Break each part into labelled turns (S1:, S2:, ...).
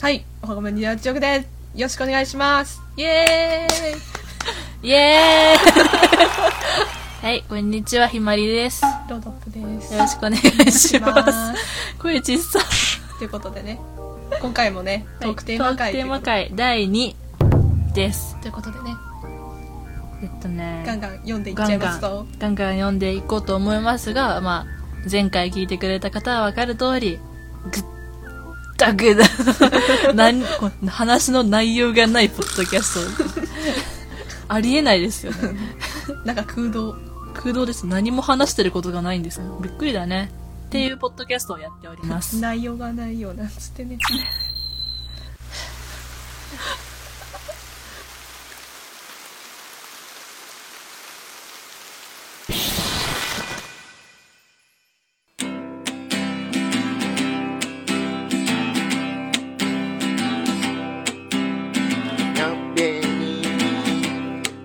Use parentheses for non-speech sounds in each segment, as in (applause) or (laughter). S1: はい、おはごめんにやっちょくです。よろしくお願いします。イエーイ
S2: イエーイ (laughs) はい、こんにちは、ひまりです。よ
S1: ロードアップです。
S2: ろしくお願いします。声小さ。
S1: ということでね、今回もね、トークテーマ
S2: トー
S1: 会と
S2: クテ
S1: い
S2: ー
S1: う
S2: マ
S1: ことで
S2: 会第2です。
S1: ということでね、
S2: えっとね、
S1: ガンガン読んでいっちゃいますと。
S2: ガンガン読んでいこうと思いますが、まあ、前回聞いてくれた方はわかる通り、ぐったぐだ。 (laughs) 何こう話の内容がないポッドキャスト。ありえないですよね。
S1: なんか空洞。
S2: 空洞です。何も話してることがないんですね。びっくりだね。っていうポッドキャストをやっております。
S1: 内容がないようなんつってね。
S3: カンペに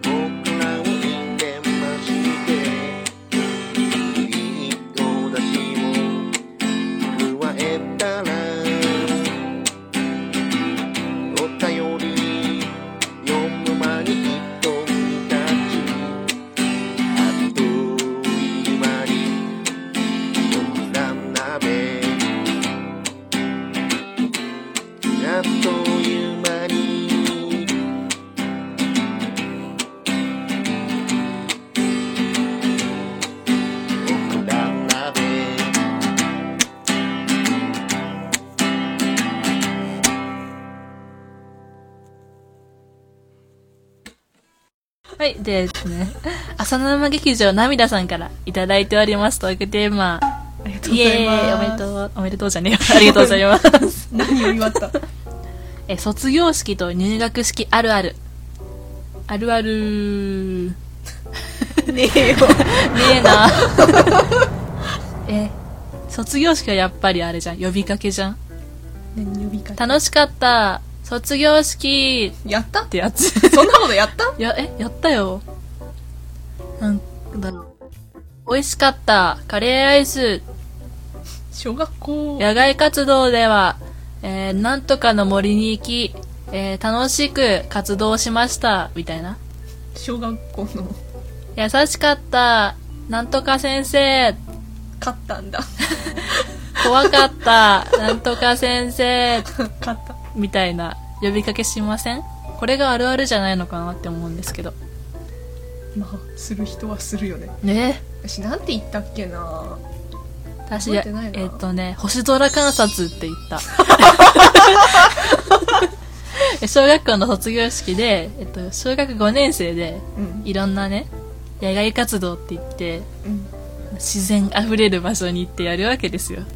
S3: 僕らを入れましていいお出汁を加えたらお便り読む間に人に立ちあっという間に読んだ鍋あっという間に僕ら鍋
S2: はい。でですね、浅沼劇場涙さんからいただいておりますトークテーマ。
S1: ありがとうご
S2: イ
S1: ざい
S2: エ
S1: ます
S2: ーイ。おめでとう、おめでとうじゃねえよ。ありがとうございます。
S1: (laughs) 何を祝った
S2: え、卒業式と入学式あるある。あるあるね
S1: ねえよ。(laughs)
S2: えな。え、卒業式はやっぱりあれじゃん。呼びかけじゃん。
S1: 何呼びかけ
S2: 楽しかった。卒業式
S1: やった
S2: ってやつ。 (laughs)
S1: そんなことやった
S2: いや、え、やったよ。なんだろう。美味しかった。カレーアイス。
S1: 小学校。
S2: 野外活動では、えーなんとかの森に行き、えー楽しく活動しました。みたいな。
S1: 小学校の。
S2: 優しかった。なんとか先生。
S1: 勝ったんだ。
S2: 怖かった。なんとか先生。
S1: 勝った。
S2: みたいな呼びかけしませんこれがあるあるじゃないのかなって思うんですけど。
S1: まあ、する人はするよね。
S2: ね
S1: 私、なんて言ったっけな
S2: 私、
S1: 覚
S2: え
S1: えてないな
S2: っとね、星空観察って言 (laughs) った。え小学校の卒業式で、えっと、小学5年生で、
S1: うん。
S2: いろんなね、野外活動って言って、
S1: うん。
S2: 自然あふれる場所に行ってやるわけですよ。
S1: うん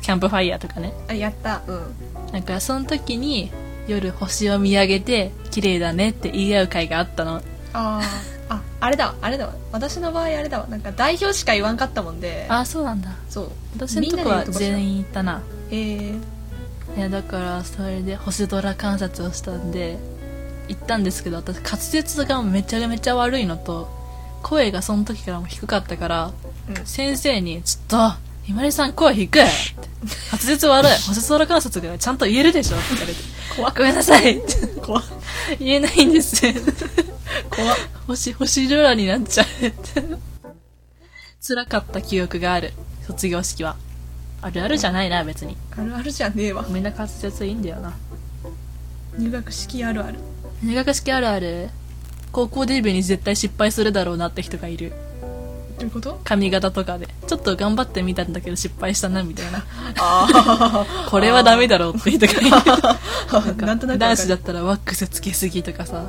S2: キャンプファイヤーとかね。
S1: あ、やった。うん。
S2: なんか、その時に、夜星を見上げて、綺麗だねって言い合う会があったの。
S1: ああ。あ、あれだわ、あれだわ。私の場合あれだわ。なんか代表しか言わんかったもんで。
S2: あ、そうなんだ。
S1: そう。
S2: 私のとこは全
S1: 員。
S2: 員行ったな。
S1: えー、
S2: いやだからそれで星空観察をしたんで行ったんですけど私滑舌がめちゃめちゃ悪いのと声がその時からも低かったから
S1: うん。
S2: 先生に「ちょっとひまりさん声低い!」って「滑舌悪い星空観察がちゃんと言えるでしょ」って言われて「怖ごめんなさい」
S1: 怖っ
S2: 言えないんです
S1: 怖っ
S2: 星星空になっちゃうって辛かった記憶がある卒業式はあるあるじゃないな別に
S1: あるあるじゃねえわ。
S2: みんな滑舌いいんだよな
S1: 入学式あるある。
S2: 入学式あるある高校デビューに絶対失敗するだろうなって人がいる
S1: どういうこと
S2: 髪型とかでちょっと頑張ってみたんだけど失敗したなみ
S1: (laughs)
S2: たいな
S1: あ
S2: これはダメだろうって人がいる
S1: あ。
S2: (laughs)
S1: なんとなくわかる。
S2: 男子だったらワックスつけすぎとかさ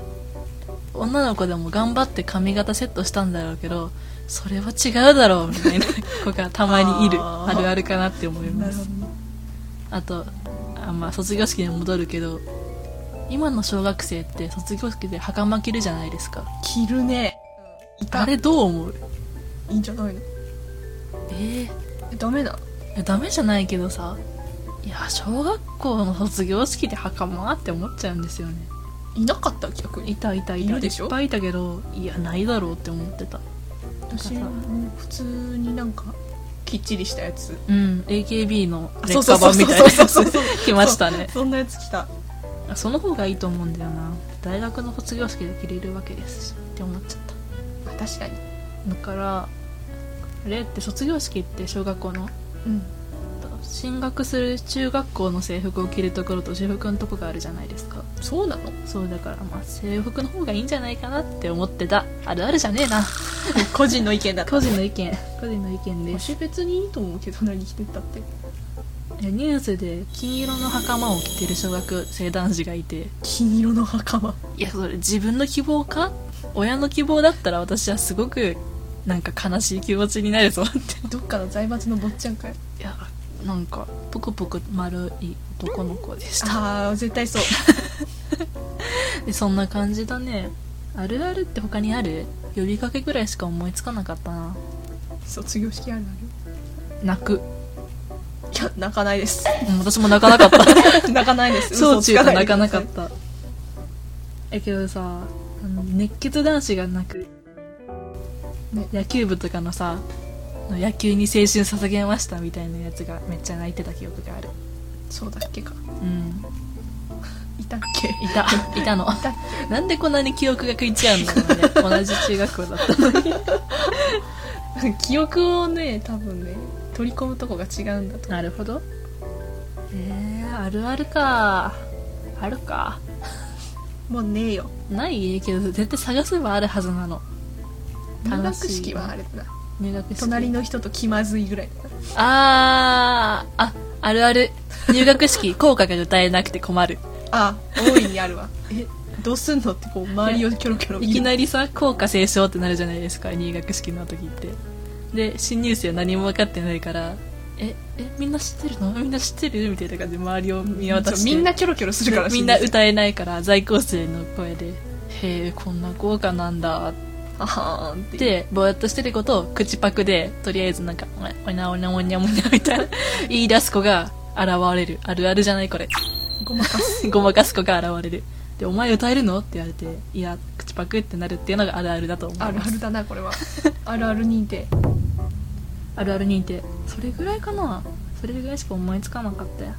S2: 女の子でも頑張って髪型セットしたんだろうけどそれは違うだろうみ
S1: (laughs)
S2: たいな子がたまにいる
S1: あ
S2: あ
S1: ー
S2: るあるかなって思い
S1: な
S2: ま
S1: るほ
S2: す
S1: どね。
S2: あとあまあ卒業式に戻るけど今の小学生って卒業式で袴着るじゃないですか
S1: 着るね。いた。
S2: あれどう思う
S1: いいんじゃないの
S2: え
S1: えダメなの
S2: ー、ダメじゃないけどさいや小学校の卒業式で袴って思っちゃうんですよね
S1: いなかった逆に
S2: いたいたい
S1: い
S2: た
S1: るでしょ
S2: っぱいいたけどいやないだろうって思ってた
S1: 私
S2: なんかさ
S1: も普通になんかきっちりしたやつ
S2: うん、AKB の
S1: あ
S2: 劣化版みたいなや
S1: そうそうそう
S2: つ
S1: そう
S2: 来ましたね
S1: そうそんなやつ来た
S2: あその方がいいと思うんだよな大学の卒業式で着れるわけですしって思っちゃった
S1: あ確かに
S2: だからあれって卒業式って小学校の
S1: うん
S2: 進学する中学校の制服を着るところと制服のとこがあるじゃないですか
S1: そうなの
S2: そうだからまあ制服の方がいいんじゃないかなって思ってたあるあるじゃねえな
S1: 個人の意見だ
S2: 個人の意見個人の意見です
S1: 私別にいいと思うけど何着てったって
S2: いやニュースで金色の袴を着てる小学生男子がいて
S1: 金色の袴
S2: いやそれ自分の希望か親の希望だったら私はすごくなんか悲しい気持ちになるぞって
S1: どっかの財閥の坊ちゃんかよ
S2: いやなんかぷくぷく丸い男の子でした
S1: あー絶対そう
S2: でそんな感じだねあるあるって他にある呼びかけぐらいしか思いつかなかったな
S1: 卒業式あるの
S2: 泣く
S1: あ
S2: も
S1: るいや泣かないです (laughs)
S2: う私も泣かなかった
S1: 泣かないです
S2: 小中と泣
S1: でく
S2: か
S1: だ
S2: な
S1: さ
S2: か
S1: い
S2: ったえけどさあの熱血男子が泣く、
S1: ね
S2: 野球部とかのさ野球に青春捧げましたみたいなやつがめっちゃ泣いてた記憶がある
S1: そうだっけか
S2: うん
S1: いたっけ
S2: い (laughs) たいたのなんでこんなに記憶が食い違うんだろう (laughs) ね同じ中学校だったのに
S1: (laughs) 記憶をね多分ね取り込むとこが違うんだと
S2: なるほどえー、あるあるかあるか
S1: もうねえよ
S2: ないけど絶対探せばあるはずなの
S1: 入学
S2: 楽しい
S1: 式はあれだな
S2: 入学式
S1: 隣の人と気まずいぐらいだな
S2: あーああるある入学
S1: (laughs)
S2: 式効果が歌えなくて困る
S1: あ大いにあるわ (laughs) えどうすんのってこう周りをキョロキョロ
S2: いきな
S1: り
S2: りさ効果斉唱ってなるじゃないですか入学式の時ってで新入生は何も分かってないからええみんな知ってるのみんな知ってるみたいな感じで周りを見渡して
S1: みんなキョロキョロするから
S2: みんな
S1: 新入
S2: 歌えないから在校生の声で「へえこんな豪華なんだ」っ
S1: 生あはーんって
S2: てぼやっとしてることを口パクでとりあえずなんか「おなおなおにゃおにゃ」みたいな言い出す子が現れるあるあるじゃないこれ
S1: ごまかす
S2: (laughs) ごまかす子が現れるで「お前歌えるの?」って言われて「いや口パク」ってなるっていうのがあるあるだと思いま
S1: あ
S2: す
S1: るあるだなこれはあるある認定
S2: あるある認定それぐらいかなそれぐらいしか思いつかなかったよ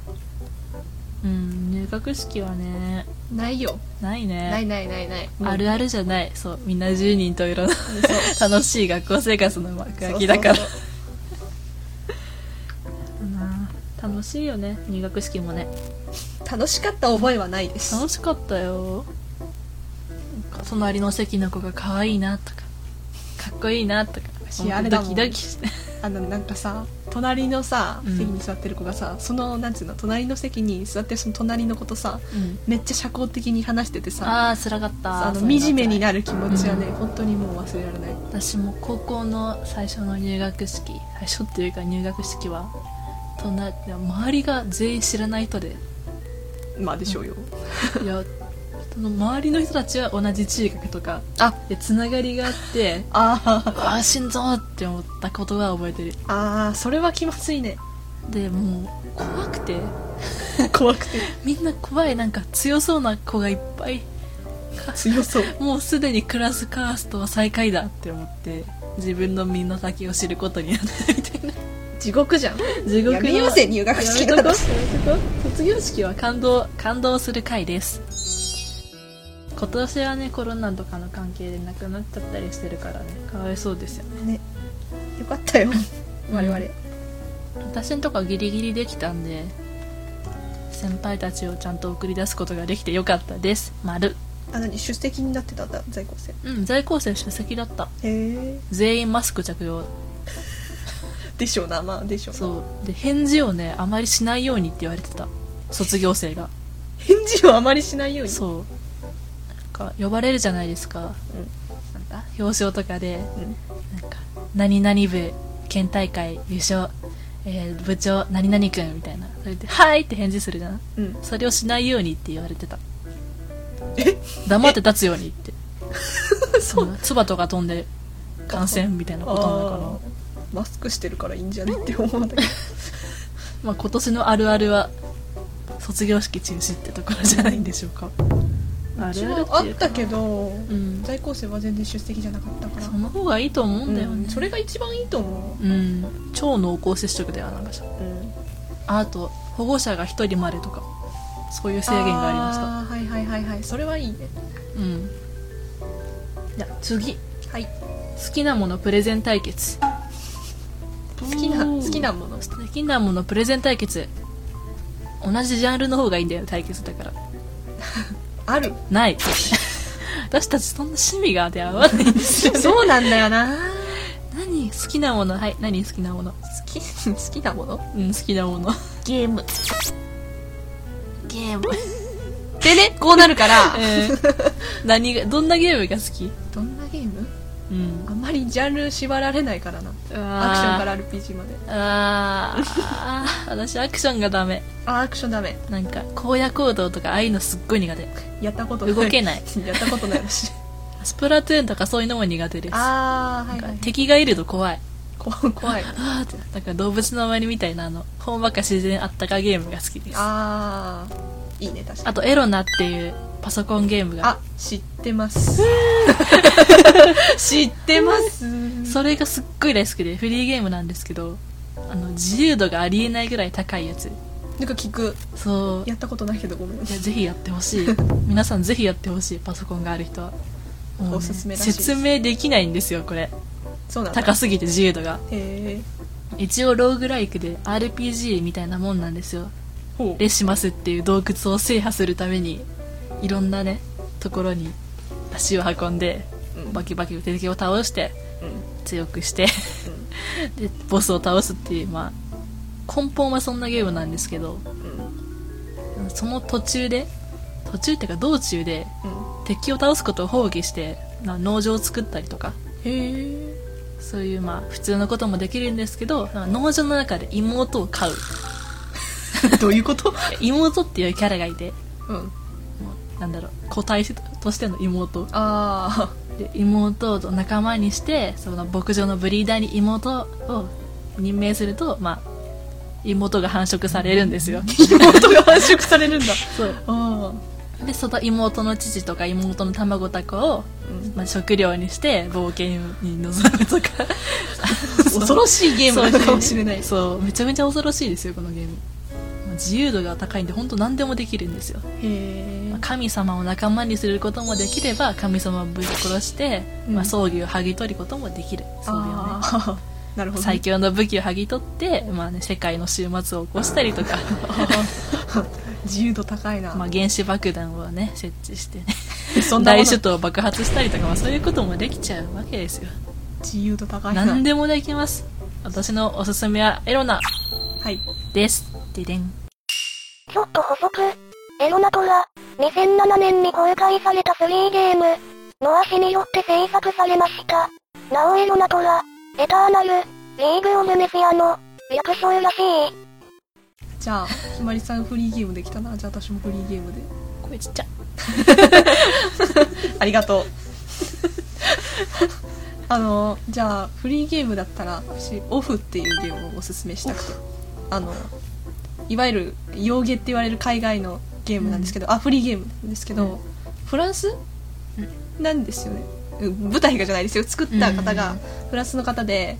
S2: うん入学式はね
S1: ないよ
S2: ないね
S1: ないないないない
S2: あるあるじゃないそうみんな10人といろんな
S1: そう
S2: (laughs) 楽しい学校生活の幕
S1: そう
S2: 開
S1: そう
S2: きだから
S1: そう
S2: (laughs) 楽しいよね入学式もね
S1: 楽しかった覚えはないです
S2: 楽しかったよなんか隣の席の子が可愛いなとかかっこいいなとか
S1: いやあれだ
S2: ド
S1: もん
S2: キドキして
S1: あのなんかさ隣のさ
S2: うん
S1: 席に座ってる子がさ、そのなんつうの隣の席に座ってるその隣の子とさめっちゃ社交的に話しててさ
S2: (laughs) ああ辛かった
S1: あの
S2: それが辛い
S1: 惨めになる気持ちはね、本当にもう忘れられない
S2: 私も高校の最初の入学式最初っていうか入学式は隣周りが全員知らない人で
S1: (laughs) まあでしょうよ、
S2: いやその周りの人たちは同じ中学とか
S1: あ
S2: でつながりがあって
S1: あ
S2: ああ心臓って思ったことは覚えてる
S1: あああそれは気まずいね
S2: でもう怖くて
S1: 怖くて
S2: (laughs) みんな怖いなんか強そうな子がいっぱい
S1: 強そう
S2: もうすでにクラスカーストは最下位だって思って自分の身の丈を知ることになったみたいな
S1: 地獄じゃん
S2: (laughs) 地獄
S1: やめようぜ入学
S2: や
S1: 式
S2: めとこ
S1: な
S2: や
S1: んて
S2: めとこ卒業式は感動感動する回です今年はねコロナとかの関係でなくなっちゃったりしてるからねかわいそうですよね
S1: ねよかったよ我々、
S2: うん私んとこはギリギリできたんで先輩たちをちゃんと送り出すことができてよかったです丸
S1: あ何出席になってたんだ在校生
S2: うん在校生出席だった
S1: へえ
S2: 全員マスク着用
S1: でしょうなまあでしょうな
S2: そうで返事をねあまりしないようにって言われてた卒業生が
S1: 返事をあまりしないように
S2: そうなんか呼ばれるじゃないですかなんだ表彰とかで
S1: うん、うん
S2: なんか何々部県大会優勝、えー部長何々くんみたいなそれで「はい!」って返事するじゃん
S1: うん、
S2: それをしないようにって言われてた
S1: え
S2: 黙って立つようにってそう唾とか飛んで感染みたいなことなのかな
S1: あーマスクしてるからいいんじゃねって思うんだけど
S2: まあ、今年のあるあるは卒業式中止ってところじゃないんでしょうか (laughs) あ
S1: ち
S2: るある
S1: はあ
S2: て
S1: っ
S2: いうか
S1: たけど、
S2: うん
S1: 在校生は全然出席じゃなかったから
S2: その方がいいと思うんだよ
S1: う
S2: ね
S1: んそれが一番いいと思
S2: うん超濃厚接触だよあの場所
S1: う、うん、
S2: あと保護者が1人までとかそういう制限がありました
S1: あーはいはいはいはいそれはいいね
S2: うんじゃあ次好
S1: はい
S2: きなものプレゼン対決
S1: 好きな
S2: おー
S1: 好きなもの
S2: 好きなものプレゼン対決同じジャンルの方がいいんだよ対決だから
S1: ある
S2: ない私たちそんな趣味が出会わないんですよ
S1: (laughs) そうなんだよな
S2: 何好きなものはい何好き (laughs) なもの
S1: 好き好きなもの
S2: うん好きなもの
S1: ゲームゲームでねこうなるから (laughs)
S2: えー何がどんなゲームが好き
S1: どんなゲーム
S2: うん
S1: あんまりジャンル縛られないからなアクションから RPG まで
S2: あーあー私アクションがダメ
S1: あアクションダメ
S2: なんか荒野行動とかああいうのすっごい苦手
S1: やったことない
S2: 動けない
S1: (laughs) やったことない (laughs) し
S2: スプラトゥーンとかそういうのも苦手です
S1: ああはい
S2: な
S1: は
S2: ん
S1: い
S2: か敵がいると怖い
S1: こ怖い
S2: あーってなんか動物の周りみたいなあのほんわか自然あったかゲームが好きですあ
S1: あーいいね確かに
S2: とエロナっていうパソコンゲームが
S1: あ知ってます知ってます
S2: それがすっごい大好きでフリーゲームなんですけどあの自由度がありえないぐらい高いやつ
S1: なんか聞く
S2: そう
S1: やったことないけどごめん
S2: いやぜひやってほ
S1: (laughs)
S2: しい皆さんぜひやってほしいパソコンがある人はもう
S1: おすすめらしいです
S2: 説明できないんですよこれ
S1: そうなんだ
S2: 高すぎて自由度が
S1: へえ
S2: 一応ローグライクで RPG みたいなもんなんですよ
S1: ほう
S2: レシマスっていう洞窟を制覇するためにいろんなねところに足を運んで
S1: うん
S2: バキバキ敵を倒して
S1: うん
S2: 強くしてでボスを倒すっていうまあ根本はそんなゲームなんですけど
S1: うんうん
S2: その途中で途中っていうか道中で
S1: うん
S2: 敵を倒すことを放棄してな農場を作ったりとか
S1: へえ
S2: そういうまあ普通のこともできるんですけどなんか農場の中で妹を飼う
S1: (laughs) どういうこと
S2: 妹っていうキャラがいて
S1: うん
S2: もうなんだろう個体としての妹
S1: あ
S2: で妹と仲間にしてその牧場のブリーダーに妹を任命するとまあ妹が繁殖されるんですよ (laughs)
S1: (laughs) 妹が繁殖されるんだ
S2: そう
S1: (laughs) あ
S2: でその妹の父とか妹の卵とかを、
S1: あ、うん、
S2: まあ、食料にして冒険に臨むとか (laughs)
S1: 恐ろしいゲームなのかもしれない
S2: そうめちゃめちゃ恐ろしいですよこのゲームまあ自由度が高いんで本当何でもできるんですよ
S1: へ
S2: まあ神様を仲間にすることもできれば神様をぶっ殺して、
S1: うん
S2: まあ、葬儀を剥ぎ取ることもできるそういうね
S1: あーな (laughs) るほど
S2: 最強の武器を剥ぎ取って、まあね、世界の終末を起こしたりと (laughs) か、
S1: 自由度高いな、
S2: まあ、原子爆弾をね設置 (laughs) してね
S1: そんなも
S2: 大
S1: の
S2: 首都を爆発したりとか、まあ、そういうこともできちゃうわけですよ
S1: 自由度高いな
S2: 何でもできます私のおすすめはエロナ
S1: はい
S2: ですででん
S4: ちょっと補足。エロナとは、2007年に公開された3ゲーム、ノア氏によって制作されました。なおエロナとは、エターナル、リーグ・オブ・メフィアの、略称らしい。
S1: じゃあひまりさんフリーゲームできたなじゃあ私もフリーゲームで
S2: 声ちっちゃ
S1: ありがとう (laughs) あのじゃあフリーゲームだったら私オフっていうゲームをおすすめしたくてあのいわゆる洋芸って言われる海外のゲームなんですけど、あフリーゲームなんですけど、フランス、なんですよねうん舞台がじゃないですよ作った方
S2: う
S1: が
S2: ん
S1: フランスの方で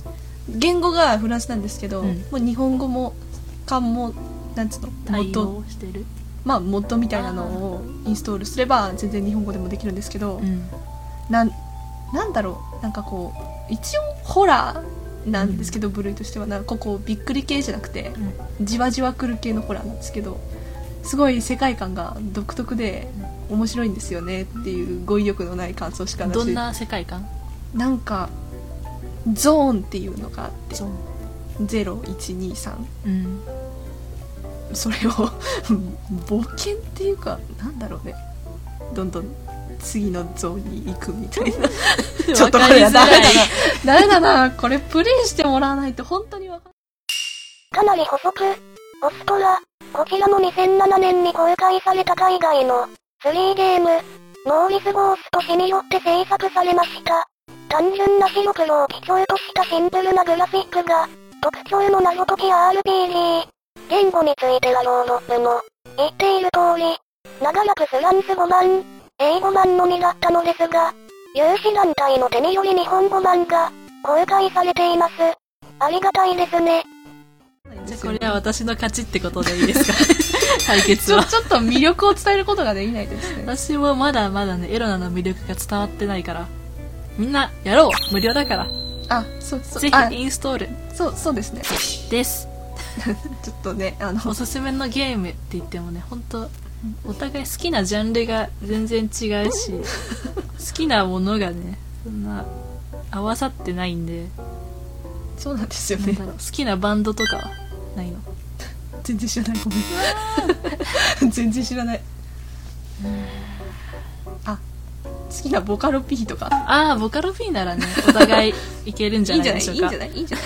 S1: 言語がフランスなんですけど、
S2: うん
S1: もう日本語も漢もなんつうの
S2: 対
S1: 元
S2: 応してる
S1: まあ、モッドみたいなのをインストールすれば全然日本語でもできるんですけど、
S2: うん
S1: なんなんだろうなんかこう一応ホラーなんですけど、部類としてはなんかここびっくり系じゃなくて、じわじわくる系のホラーなんですけどすごい世界観が独特で面白いんですよねっていう語彙力のない感想しかなし
S2: どんな世界観
S1: なんかゾーンっていうのがあって
S2: そう
S1: 0123
S2: うん
S1: それを冒険っていうかなんだろうねどんどん次のゾーンに行くみたい
S2: (laughs)
S1: なちょっとこれはダメだなダメだなこれプレイしてもらわないと本当にわかん
S4: かなり補足。オストラ、こちらも2007年に公開された海外の、3ゲーム、モーリス・ゴースト氏によって制作されました。単純な白黒を基調としたシンプルなグラフィックが、特徴の謎解きや RPG。言語についてはヨーロップも、言っている通り、長らくフランス語版、英語版のみだったのですが、有志団体の手により日本語版が公開されています。ありがたいですね。
S2: じゃあこれは私の勝ちってことでいいですか (laughs) 対決
S1: ちょ
S2: は。
S1: ちょっと魅力を伝えることができないです
S2: (laughs)
S1: ね
S2: 私もまだまだね、エロナの魅力が伝わってないから。みんな、やろう無料だから。
S1: あそうそう
S2: ぜ
S1: あ
S2: ひインストール。
S1: そうそうですね
S2: です。
S1: ちょっとねあの
S2: おすすめのゲームって言ってもね、本当お互い好きなジャンルが全然違うし、好きなものがね、そんな合わさってないんで、
S1: そうなんですよ
S2: なん
S1: ね
S2: だろう好きなバンドとかはないの
S1: 全然知らないごめん全然知らないあ好きなボカロ P とか
S2: ああ、ボカロ P ならね、お互いいけるんじ
S1: い
S2: ゃ
S1: いん
S2: な
S1: じ
S2: い
S1: ゃないいいん
S2: でしょう
S1: じ
S2: か。
S1: ゃないいいんじゃない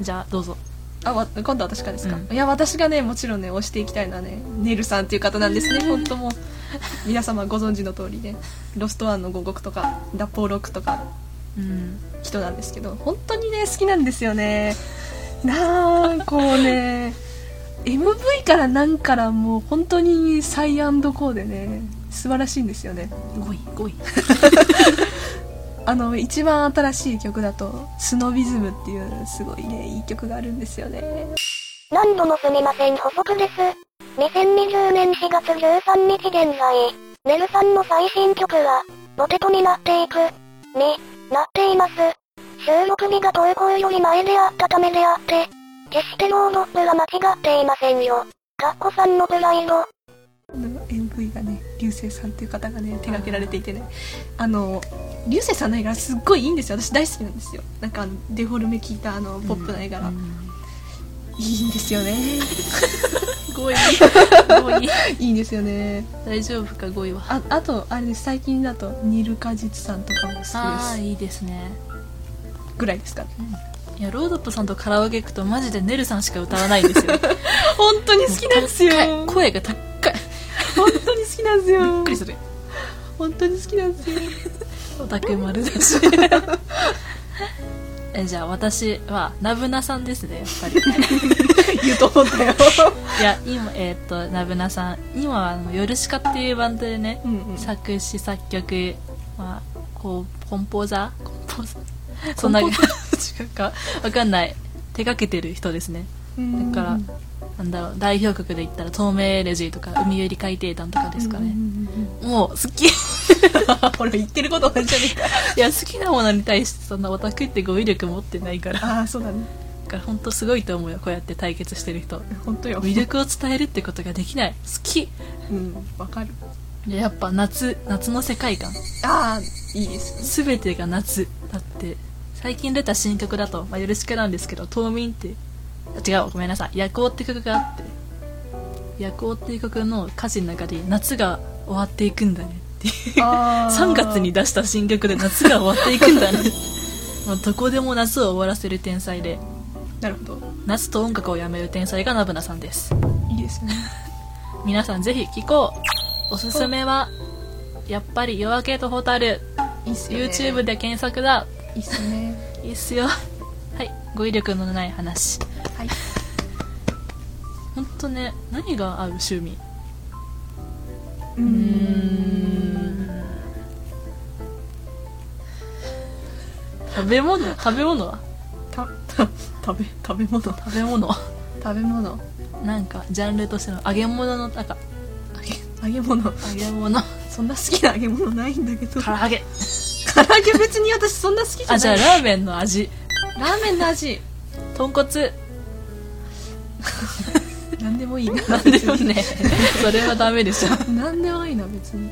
S2: じゃあ、どうぞ。
S1: あわ今度は私からですか、
S2: うん
S1: いや私がねもちろんね推していきたいのはねネルさんっていう方なんですね本当もう皆様ご存知の通りね「ロストワンの五国」とか「脱法六」とか
S2: うん。
S1: 人なんですけど本当にね好きなんですよねなんこうね MV からなんからもう本当にサイアンドコーでね素晴らしいんですよね
S2: 5位、5位。
S1: あの一番新しい曲だと「スノビズム」っていうすごいねいい曲があるんですよね
S4: 何度もすみません、補足です。2020年4月13日現在、ネルさんの最新曲は、ポテトになっていく、になっています。収録日が投稿より前であったためであって、決してロードップは間違っていませんよ。かっこさんのプライド。
S1: この MV がね流星さんっていう方がね手掛けられていてねあの流星さんの絵柄すっごいいいんですよ私大好きなんですよなんかあのデフォルメ聞いたあのポップな絵柄、 (laughs) いいんですよ
S2: (laughs)
S1: ね
S2: 5位、5位。
S1: いいんですよね
S2: 大丈夫か、5位は。
S1: ああとあれです最近だとニルカジツさんとかも好きです
S2: ああ、いいですね。
S1: ぐらいですかね
S2: いや、ロードップさんとカラオケ行くとマジでネルさんしか歌 (laughs) わないんですよ。
S1: 本当に好きなんですよ
S2: 高い
S1: 本
S2: 声が高い。
S1: 当に好きなんですよびっ
S2: びっくりする。
S1: 本当に好きなんです
S2: (laughs)
S1: よ
S2: オタク丸だし。 (laughs) えじゃあ私はナブナさんですねやっ (laughs) ぱり
S1: 言うと思ったよ
S2: いや今えーっとナブナさん今はあのヨルシカっていうバンドでね、
S1: うんうん
S2: 作詞作曲、まあ、こうコンポーザーコンポーザーそんな (laughs) 違
S1: コンポ
S2: うかわかんない手掛けてる人ですねだから、なんだろう代表曲で言ったら「透明レジ」とか「海より海底団」とかですかね、もう好き (laughs) い
S1: ほら言ってること同じじゃねえか
S2: や好きなものに対してそんなオタクって語彙力持ってないから
S1: ああそうだね
S2: だから本当すごいと思うよこうやって対決してる人
S1: 本当よ
S2: 魅力を伝えるってことができない好き
S1: うんわかる
S2: でやっぱ夏夏の世界観
S1: ああいいですね
S2: 全てが夏だって最近出た新曲だと「まあ、よろしく」なんですけど「冬眠」ってあ違うごめんなさい「夜行」って曲があって「夜行」っていう曲の歌詞の中で夏が終わっていくんだねっていう (laughs)
S1: あ
S2: 3月に出した新曲で夏が終わっていくんだ
S1: (laughs)
S2: ねもうどこでも夏を終わらせる天才で
S1: なるほど
S2: 夏と音楽をやめる天才がナブナさんです
S1: いいですよね
S2: 皆さんぜひ聞こうおすすめはやっぱり「夜明けと蛍
S1: (laughs) いいっ」すよね
S2: YouTube で検索だ
S1: いいっすね
S2: いいっすよ (laughs) はい語彙力のない話
S1: はい
S2: ほんとね何が合う趣味
S1: うーん
S2: 食べ物食べ物は
S1: たた食べ食べ物食
S2: 食べ物
S1: べ物
S2: なんかジャンルとしての揚げ物のなんか
S1: 揚げ揚げ物
S2: 揚げ物
S1: そんな好きな揚げ物ないんだけど
S2: 唐
S1: 唐
S2: 揚げ
S1: 揚げ別に私そんな好きじゃない
S2: あじゃあラーメンの味
S1: ラーメンの味
S2: 豚骨
S1: (laughs) 何でもいいな
S2: なんでよねそれはダメでしょ
S1: 何でもいいな別に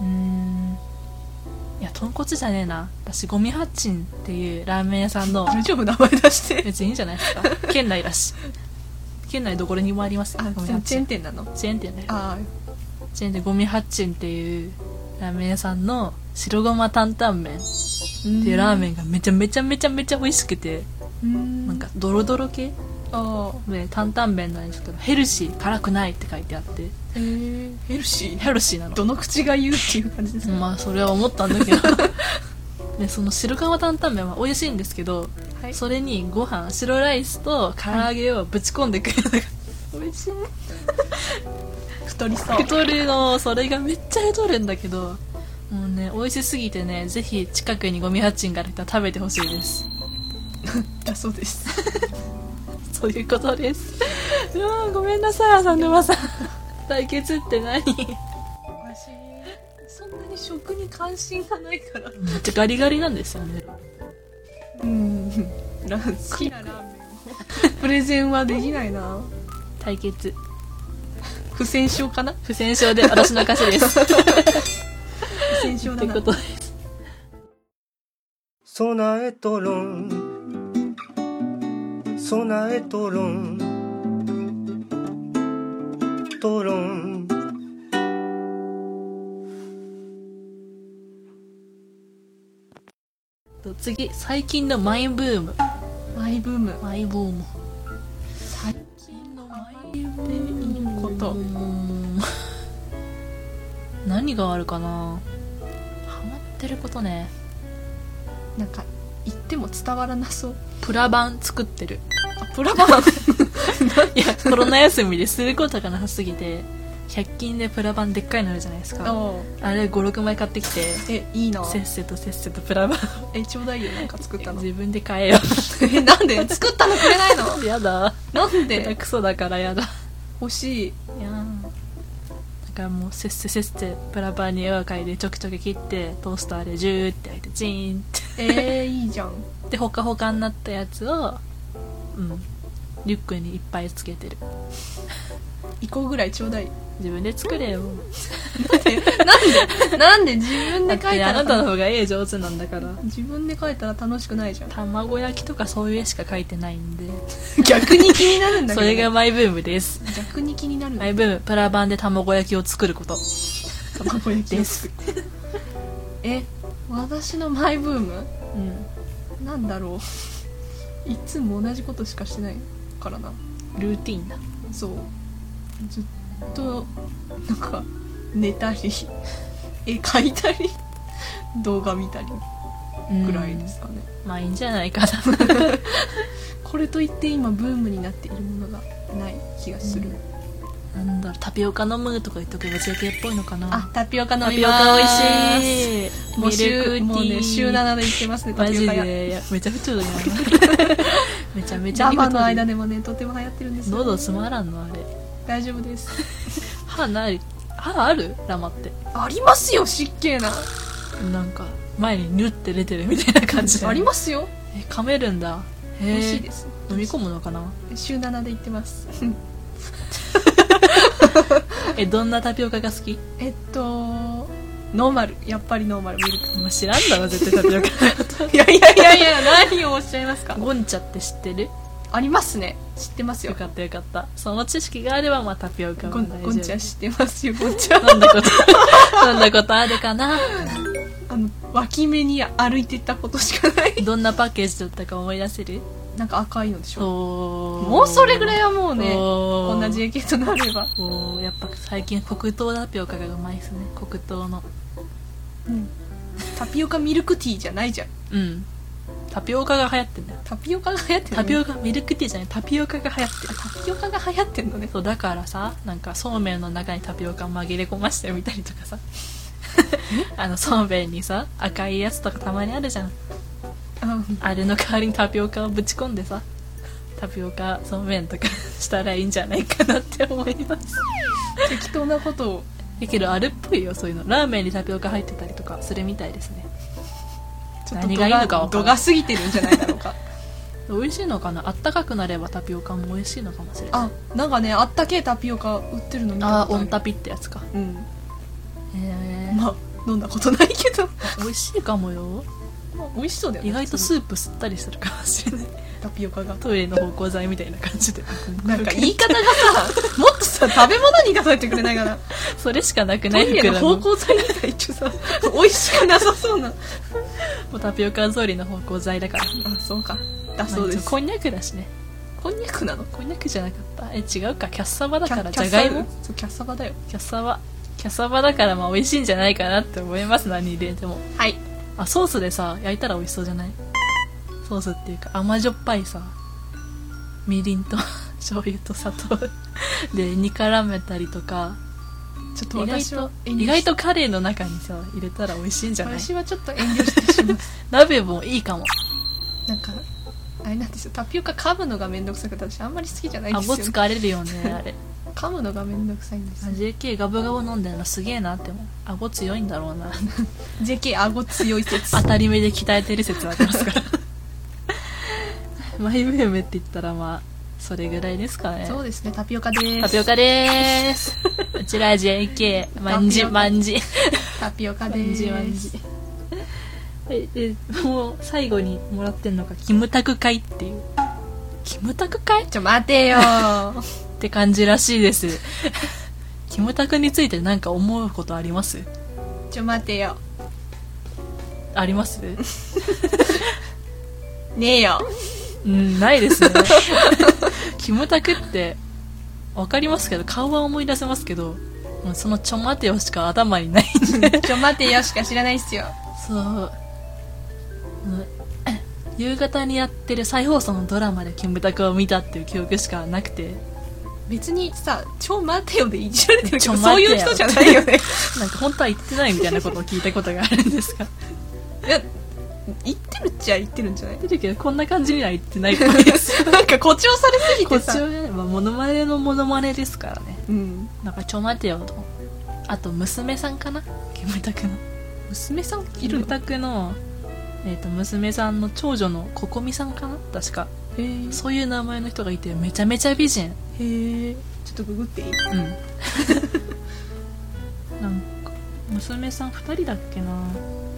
S2: うーんいや豚骨じゃねえな私ゴミハッチンっていうラーメン屋さんの
S1: 大丈夫名前出して
S2: 別にいいんじゃないですか県内だし県内どこにもありますよ
S1: あ
S2: ゴミ
S1: チェ
S2: ハ
S1: ー
S2: ッ
S1: ンチ
S2: チ
S1: ェー
S2: ン
S1: ン店なの
S2: チェーン店だよ
S1: あ
S2: チェーン店ゴミハッチンっていうラーメン屋さんの白ごま担々麺っ
S1: あ
S2: て
S1: っ
S2: いうラーメ
S1: ン
S2: ンがめちゃめちゃめちゃめちゃ美味しくて
S1: うん
S2: なんかドロドロ系
S1: あ
S2: で担々麺なんですけどヘルシー辛くないって書いてあって
S1: ーへえヘルシー
S2: ヘルシーなの
S1: どの口が言うっていう感じですか、
S2: まあそれは思ったんだけどでその白釜担々麺は美味しいんですけど、
S1: はい
S2: それにご飯白ライスと唐揚げをぶち込んでくれるのが、美味しい
S1: 太りそう
S2: 太るのそれがめっちゃ太るんだけどもうね美味しすぎてねぜひ近くにゴミ発ンがある人は食べてほしいです
S1: だそうです
S2: (laughs) そういうことですうわーごめんなさい浅沼さん対決って何
S1: 私そんなに食に関心がないから
S2: ガリガリなんですよね
S1: うんラ好きなラーメンをプレゼンはできないな
S2: 対決
S1: 不戦勝かな
S2: 不戦勝で私の勝ちですっ
S1: 不戦勝だ
S2: て
S1: な
S2: (laughs) ことです
S3: 備えとろん備えとろんとろん
S2: (laughs) と次最近のマイブーム
S1: マイブーム
S2: マイブーム
S1: 最近のマイブームっていいこと
S2: うーん何があるかなハマってることね
S1: なんか言っても伝わらなそう
S2: プラ版作ってる
S1: あプラバン (laughs)
S2: いやコロナ休みですることがなさすぎて100均でプラ版でっかいのあるじゃないですか
S1: おう
S2: あれ56枚買ってきて
S1: えいいな
S2: せっせとせっせとプラ版
S1: えちょうだいよなんか作ったの
S2: 自分で買えよ
S1: え (laughs) なんで作ったのくれないの
S2: (laughs) やだ
S1: なん
S2: 下手
S1: で
S2: くそだからやだ
S1: 欲しい
S2: いやーだからもうせっせせっせプラ版に絵を描いてちょくちょく切ってトースターでジューって開いてチーンって
S1: えー、いいじゃん
S2: でほかほかになったやつをうんリュックにいっぱいつけてる
S1: 1個ぐらいちょうだい
S2: 自分で作れよ
S1: なんでなんで自分
S2: だ
S1: で
S2: っ
S1: 描い
S2: て
S1: た
S2: あ
S1: ら
S2: なたの方が絵上手なんだから
S1: 自分で描いたら楽しくないじゃん
S2: 卵焼きとかそういう絵しか描いてないんで
S1: (laughs) 逆に気になるんだけ
S2: そ
S1: ど
S2: れがマイブームです
S1: 逆に気になる
S2: マイブームプラ版で卵焼きを作ること
S1: 卵焼き
S2: です
S1: え私のマイブーム
S2: うん
S1: なんだろういつも同じことしかしてないからな
S2: ルーティンだ
S1: そうずっとなんか寝たり絵描いたり動画見たりぐらいですかね、
S2: まあいいんじゃないかな (laughs)
S1: これといって今ブームになっているものがない気がする、
S2: うんなんだろうタピオカ飲むとか言っとけばジャケっぽいのかな
S1: あタピオカ飲
S2: タ
S1: み
S2: ピオ
S1: ます
S2: カ美味しい
S1: もう
S2: ミルクテ
S1: 週
S2: ィー
S1: もうね週7で行ってますねタ
S2: マ
S1: ピオ
S2: ジ
S1: カ屋
S2: でいやめちゃめちゃだなめちゃめちゃ
S1: 生の間
S2: で
S1: でもねとても流行ってるんですよ
S2: 喉つまらんのあれ
S1: 大丈夫です
S2: 歯ない歯あるラマって
S1: ありますよ湿気な
S2: なんか前にニュって出てるみたいな感じ
S1: あり
S2: ま
S1: ますよ
S2: え噛めるんだへ
S1: 美
S2: え
S1: 味しいです
S2: 飲み込むのかな
S1: 週7で行ってます
S2: えどんなタピオカが好き
S1: えっとノーマルやっぱりノーマルミル
S2: もう知らんだろ絶対タピ
S1: (laughs)
S2: オ
S1: クいやいやいやいや (laughs) 何をおっしゃいますか
S2: カゴンチャって知ってる
S1: ありますね知ってます
S2: よ
S1: よ
S2: かったよかったその知識があればまあタピオカは
S1: ゴ
S2: 大丈
S1: ン
S2: 夫
S1: ゴンちゃん知ってますよゴンちゃん
S2: 飲んだこと飲んだことあ (laughs) るかな
S1: (laughs) あの脇目に歩いてったことしかない
S2: (laughs) どんなパッケージだったか思い出せる
S1: なんか赤いのでしょ
S2: おー
S1: もうそれぐらいはもうね
S2: おー
S1: 同じ AK となれば
S2: おーやっぱ最近黒糖タピオカがうまいですね黒糖の
S1: タピオカミルクティーじゃないじゃん
S2: うんタピオカが流行ってんだよ
S1: タピオカが流行ってる
S2: タピ
S1: オ
S2: オカミルクティーじゃないタピオカが流行ってる
S1: タピオカが流行ってんのね
S2: そうだからさなんかそうめんの中にタピオカ紛れ込ましてみたりとかさあのそうめんにさ赤いやつとかたまにあるじゃん
S1: うん
S2: あれの代わりにタピオカをぶち込んでさタピオカそうめんとかしたらいいんじゃないかなって思います
S1: 適当なことを
S2: だけどあるっぽいよそういうのラーメンにタピオカ入ってたりとかするみたいですね
S1: ちょっと
S2: 何がいいのかわか
S1: 度
S2: らん
S1: が過ぎてるんじゃないだろうか
S2: 美味しいのかなあったかくなればタピオカも美味しいのかもしれない
S1: (laughs) あなんかねあったけえタピオカ売ってるの見た
S2: あ
S1: こと
S2: ー
S1: あ
S2: オ
S1: る
S2: ンタピってやつか
S1: うん
S2: へえ
S1: まあ飲んだことないけど、
S2: 美味しいかもよ
S1: (laughs) まあ、美味しそうだよね
S2: 意外と
S1: 普通
S2: スープ吸ったりするかもしれない (laughs)
S1: にタピオカが
S2: トイレの芳香剤みたいな感じで (laughs)
S1: なんか言い方が (laughs) さもっとさ食べ物に例えてくれないかな
S2: それしかなく
S1: ト
S2: ない
S1: イレの芳香剤みたいって (laughs) さ美味しくなさそう (laughs) な
S2: もうタピオカ通りの芳香剤だから
S1: あそうかだそうです
S2: こんにゃくだしね
S1: こんにゃくなの
S2: こんにゃくじゃなかったえ違うかキャッサバだか
S1: キ
S2: らじ
S1: ャ
S2: ゃ
S1: キャッ
S2: が
S1: サ
S2: いも
S1: そうキャッサバだよ
S2: キャッサバキャッサバだからまあ美味しいんじゃないかなって思います何入れても
S1: はい
S2: あソースでさ焼いたら美味しそうじゃないソースっていうか甘じょっぱいさ (laughs) みりんと醤油と砂糖で煮絡めたりとか
S1: ちょっと
S2: 意外
S1: 私
S2: と
S1: は遠慮し
S2: 意外とカレーの中にさ入れたら美味しいんじゃない
S1: 私はちょっと遠慮してしまう
S2: 鍋もいいかも
S1: なんかあれなんですよタピオカ噛むのがめんどくさくて私あんまり好きじゃないん
S2: あ
S1: です
S2: ぼ
S1: よ、
S2: 疲れるよねあれ
S1: 噛むのがめんどくさいんですよ
S2: JK ガブガブ飲んでるのすげえなって思うあご強いんだろうな (laughs)
S1: JK 顎強い説
S2: 当たり目で鍛えてる説ありますから (laughs) マイブームって言ったらまあそれぐらいですかね
S1: そうですねタピオカです
S2: タピオカでーすうちら JK まんじ
S1: タピオカ
S2: まんじ
S1: タピオカで
S2: まんじまん
S1: す
S2: じはいでもう最後にもらってんのがキムタク会っていうキムタク会っ
S1: ちょ待てよ
S2: て感じらしいですキムタクについてなんか思うことあります
S1: ちょ待てよ
S2: あります
S1: ねえ
S2: (laughs)
S1: よ
S2: うん、ないですね。 (laughs) キムタクって、わかりますけど、顔は思い出せますけど、もうそのちょ待てよしか頭にないんで。
S1: ちょ待てよしか知らないっすよ
S2: そう。うん夕方にやってる再放送のドラマでキムタクを見たっていう記憶しかなくて、
S1: 別にさ「ちょ待てよ」でいじられてるけ
S2: ちょ
S1: どそ
S2: 待
S1: う
S2: てよ
S1: いう人じゃない
S2: (laughs)
S1: よね
S2: なんか本当は言ってないみたいなことを聞いたことがあるんですが、
S1: いや言ってるっちゃ言ってるんじゃない
S2: 出てるけどこんな感じには言ってないっぽいです。
S1: なんか誇張されすぎ
S2: こ
S1: て
S2: っち
S1: さ
S2: は、まあ、モノマネのモノマネですからね。
S1: うん
S2: なんかちょ待てよと。あと娘さんかなキムタクの。
S1: 娘さんい
S2: キ
S1: る
S2: ム
S1: の
S2: タクの、えー、と娘さんの長女のココミさんかな確か
S1: へー
S2: そういう名前の人がいてめちゃめちゃ美人
S1: へえちょっとググっていい
S2: うん (laughs) なんか娘さん2人だっけな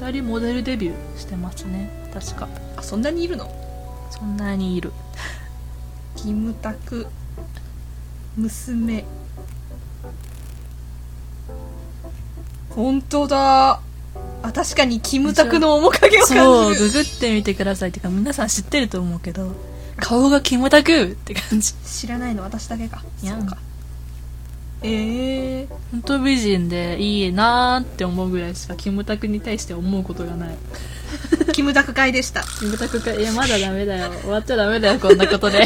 S2: 2人モデルデビューしてますね確か
S1: あそんなにいるの
S2: そんなにいる
S1: キムタク娘本当だあ確かにキムタクの面影を
S2: そ
S1: 感
S2: う
S1: じる
S2: ググってみてくださいってか皆さん知ってると思うけど顔がキムタクって感じ
S1: 知らないの私だけか
S2: いや
S1: そうかええ
S2: 本当美人でいいなーって思うぐらいしかキムタクに対して思うことがない
S1: キムタク会でした
S2: キムタクか、いや、まだダメだよ。終わっちゃダメだよ、こんなことで。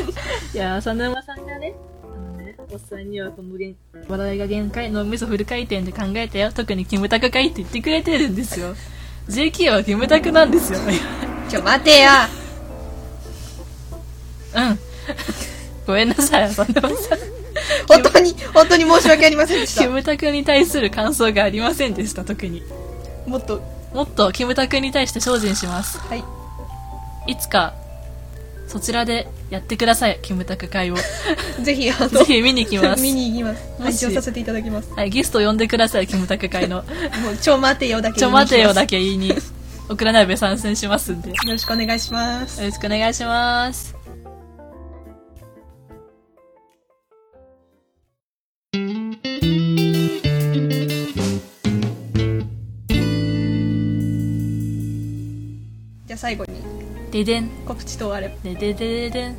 S2: (laughs) いや、浅沼さんがね、あのね、おっさんにはこのげん話題が限界、脳みそフル回転で考えたよ。特にキムタクかいって言ってくれてるんですよ。JK はキムタクなんですよ。
S1: ちょ待てよ
S2: うん。ごめんなさい、浅沼さん。
S1: (laughs) 本当に本当に申し訳ありませんでし
S2: キ
S1: た
S2: ムタクに対する感想がありませんでした、特に。
S1: もっと
S2: もっとキムタクに対して精進します。
S1: はい
S2: いつか、そちらでやってください、キムタク会を。ぜ
S1: ぜひあの
S2: ひ見に行きます。
S1: 見に行きます
S2: もし
S1: 配信させていただきます
S2: はい、ゲスト呼んでください、キムタク会 (laughs) の。
S1: もうちょ待てよだけ
S2: ちょ待てよだ
S1: け
S2: け言いに、オクラ鍋参戦しますんで。よ
S1: よろしくお願いします
S2: ろしくお願いします。
S1: じゃあ最後に
S2: ででん、
S1: 告知とあれば
S2: でででででん。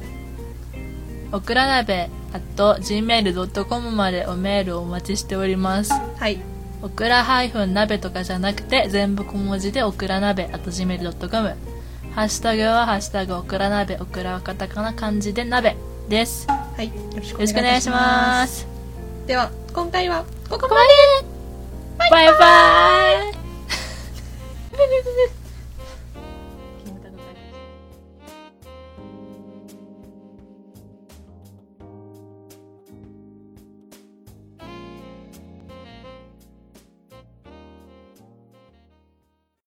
S2: オクラ鍋、あと gmail.com までおメールをお待ちしております。
S1: はい
S2: オクラハイフン鍋とかじゃなくて、全部小文字でオクラ鍋、あと gmail.com。ハッシュタグは、ハッシュタグオクラ鍋、オクラはカタカナ漢字で鍋です。よ
S1: はいよろしくお
S2: ろしくお願
S1: 願
S2: い
S1: い
S2: し
S1: し
S2: ま
S1: ます
S2: す。
S1: では今回はここまで
S2: ここまでバイバイ